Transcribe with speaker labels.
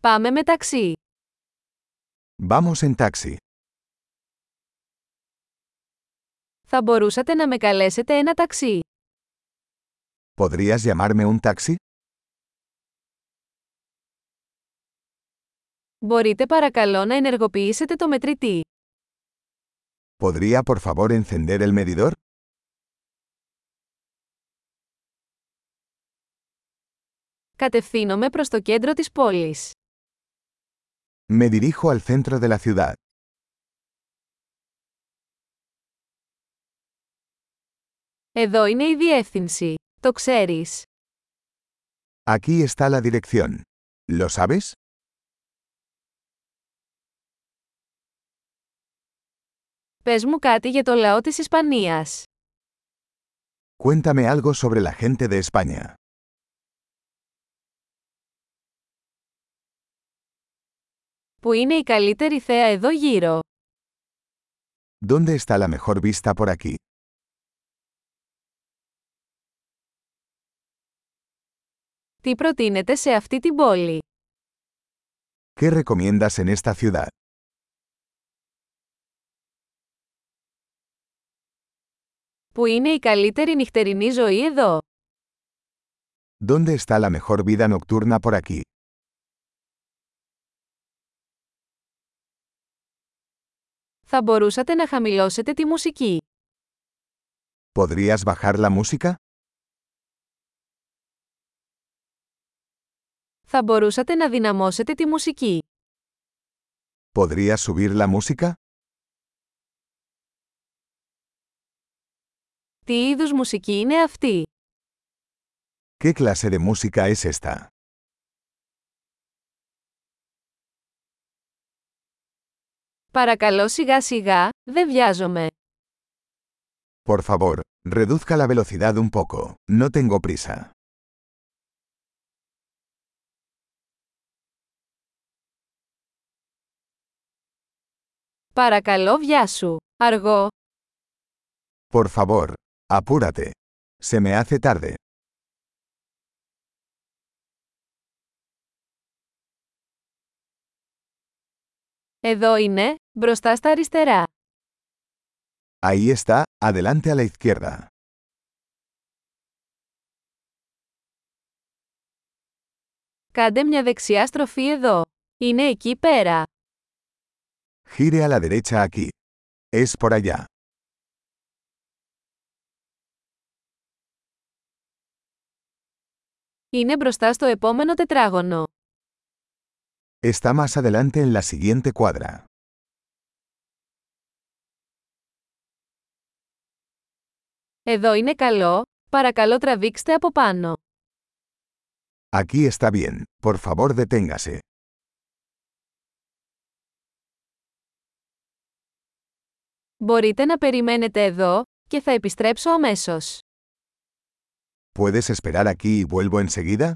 Speaker 1: Πάμε με ταξί.
Speaker 2: Vamos en taxi.
Speaker 1: Θα μπορούσατε να με καλέσετε ένα ταξί.
Speaker 2: ¿Podrías llamarme un taxi?
Speaker 1: Μπορείτε παρακαλώ να ενεργοποιήσετε το μετρητή.
Speaker 2: ¿Podría por favor encender el medidor?
Speaker 1: Κατευθύνομαι προς το κέντρο της πόλης.
Speaker 2: Me dirijo al centro de la ciudad.
Speaker 1: Εδώ είναι η διεύθυνση. Το ξέρεις.
Speaker 2: Aquí está la dirección. ¿Lo sabes?
Speaker 1: Πες μου κάτι για το λαό της Ισπανίας.
Speaker 2: Cuéntame algo sobre la gente de España.
Speaker 1: Πού είναι η καλύτερη θέα εδώ γύρω.
Speaker 2: ¿Dónde está la mejor vista por aquí?
Speaker 1: Τι προτείνετε σε αυτή την πόλη.
Speaker 2: ¿Qué recomiendas en esta ciudad?
Speaker 1: Πού είναι η καλύτερη νυχτερινή ζωή εδώ.
Speaker 2: ¿Dónde está la mejor vida nocturna por aquí?
Speaker 1: Θα μπορούσατε να χαμηλώσετε τη μουσική.
Speaker 2: ¿Podrías bajar la música?
Speaker 1: Θα μπορούσατε να δυναμώσετε τη μουσική.
Speaker 2: ¿Podrías subir la música?
Speaker 1: Τι είδους μουσική είναι αυτή.
Speaker 2: ¿Qué clase de música es esta?
Speaker 1: Παρακαλώ σιγά σιγά, δεν βιάζομαι.
Speaker 2: Por favor, reduzca la velocidad un poco. No tengo prisa.
Speaker 1: Παρακαλώ βιάσου. Αργό.
Speaker 2: Por favor, apúrate. Se me hace tarde.
Speaker 1: Εδώ είναι, μπροστά στα αριστερά.
Speaker 2: Ahí está, adelante a la izquierda.
Speaker 1: Κάντε μια δεξιά στροφή εδώ. Είναι εκεί πέρα.
Speaker 2: Gire a la derecha aquí. Es por allá.
Speaker 1: Είναι μπροστά στο επόμενο τετράγωνο.
Speaker 2: Está más adelante en la siguiente cuadra.
Speaker 1: Εδώ είναι καλό, παρακαλώ τραβήξτε από πάνω.
Speaker 2: Aquí está bien, por favor deténgase.
Speaker 1: Μπορείτε να περιμένετε εδώ και θα επιστρέψω αμέσως.
Speaker 2: ¿Puedes esperar aquí y vuelvo enseguida?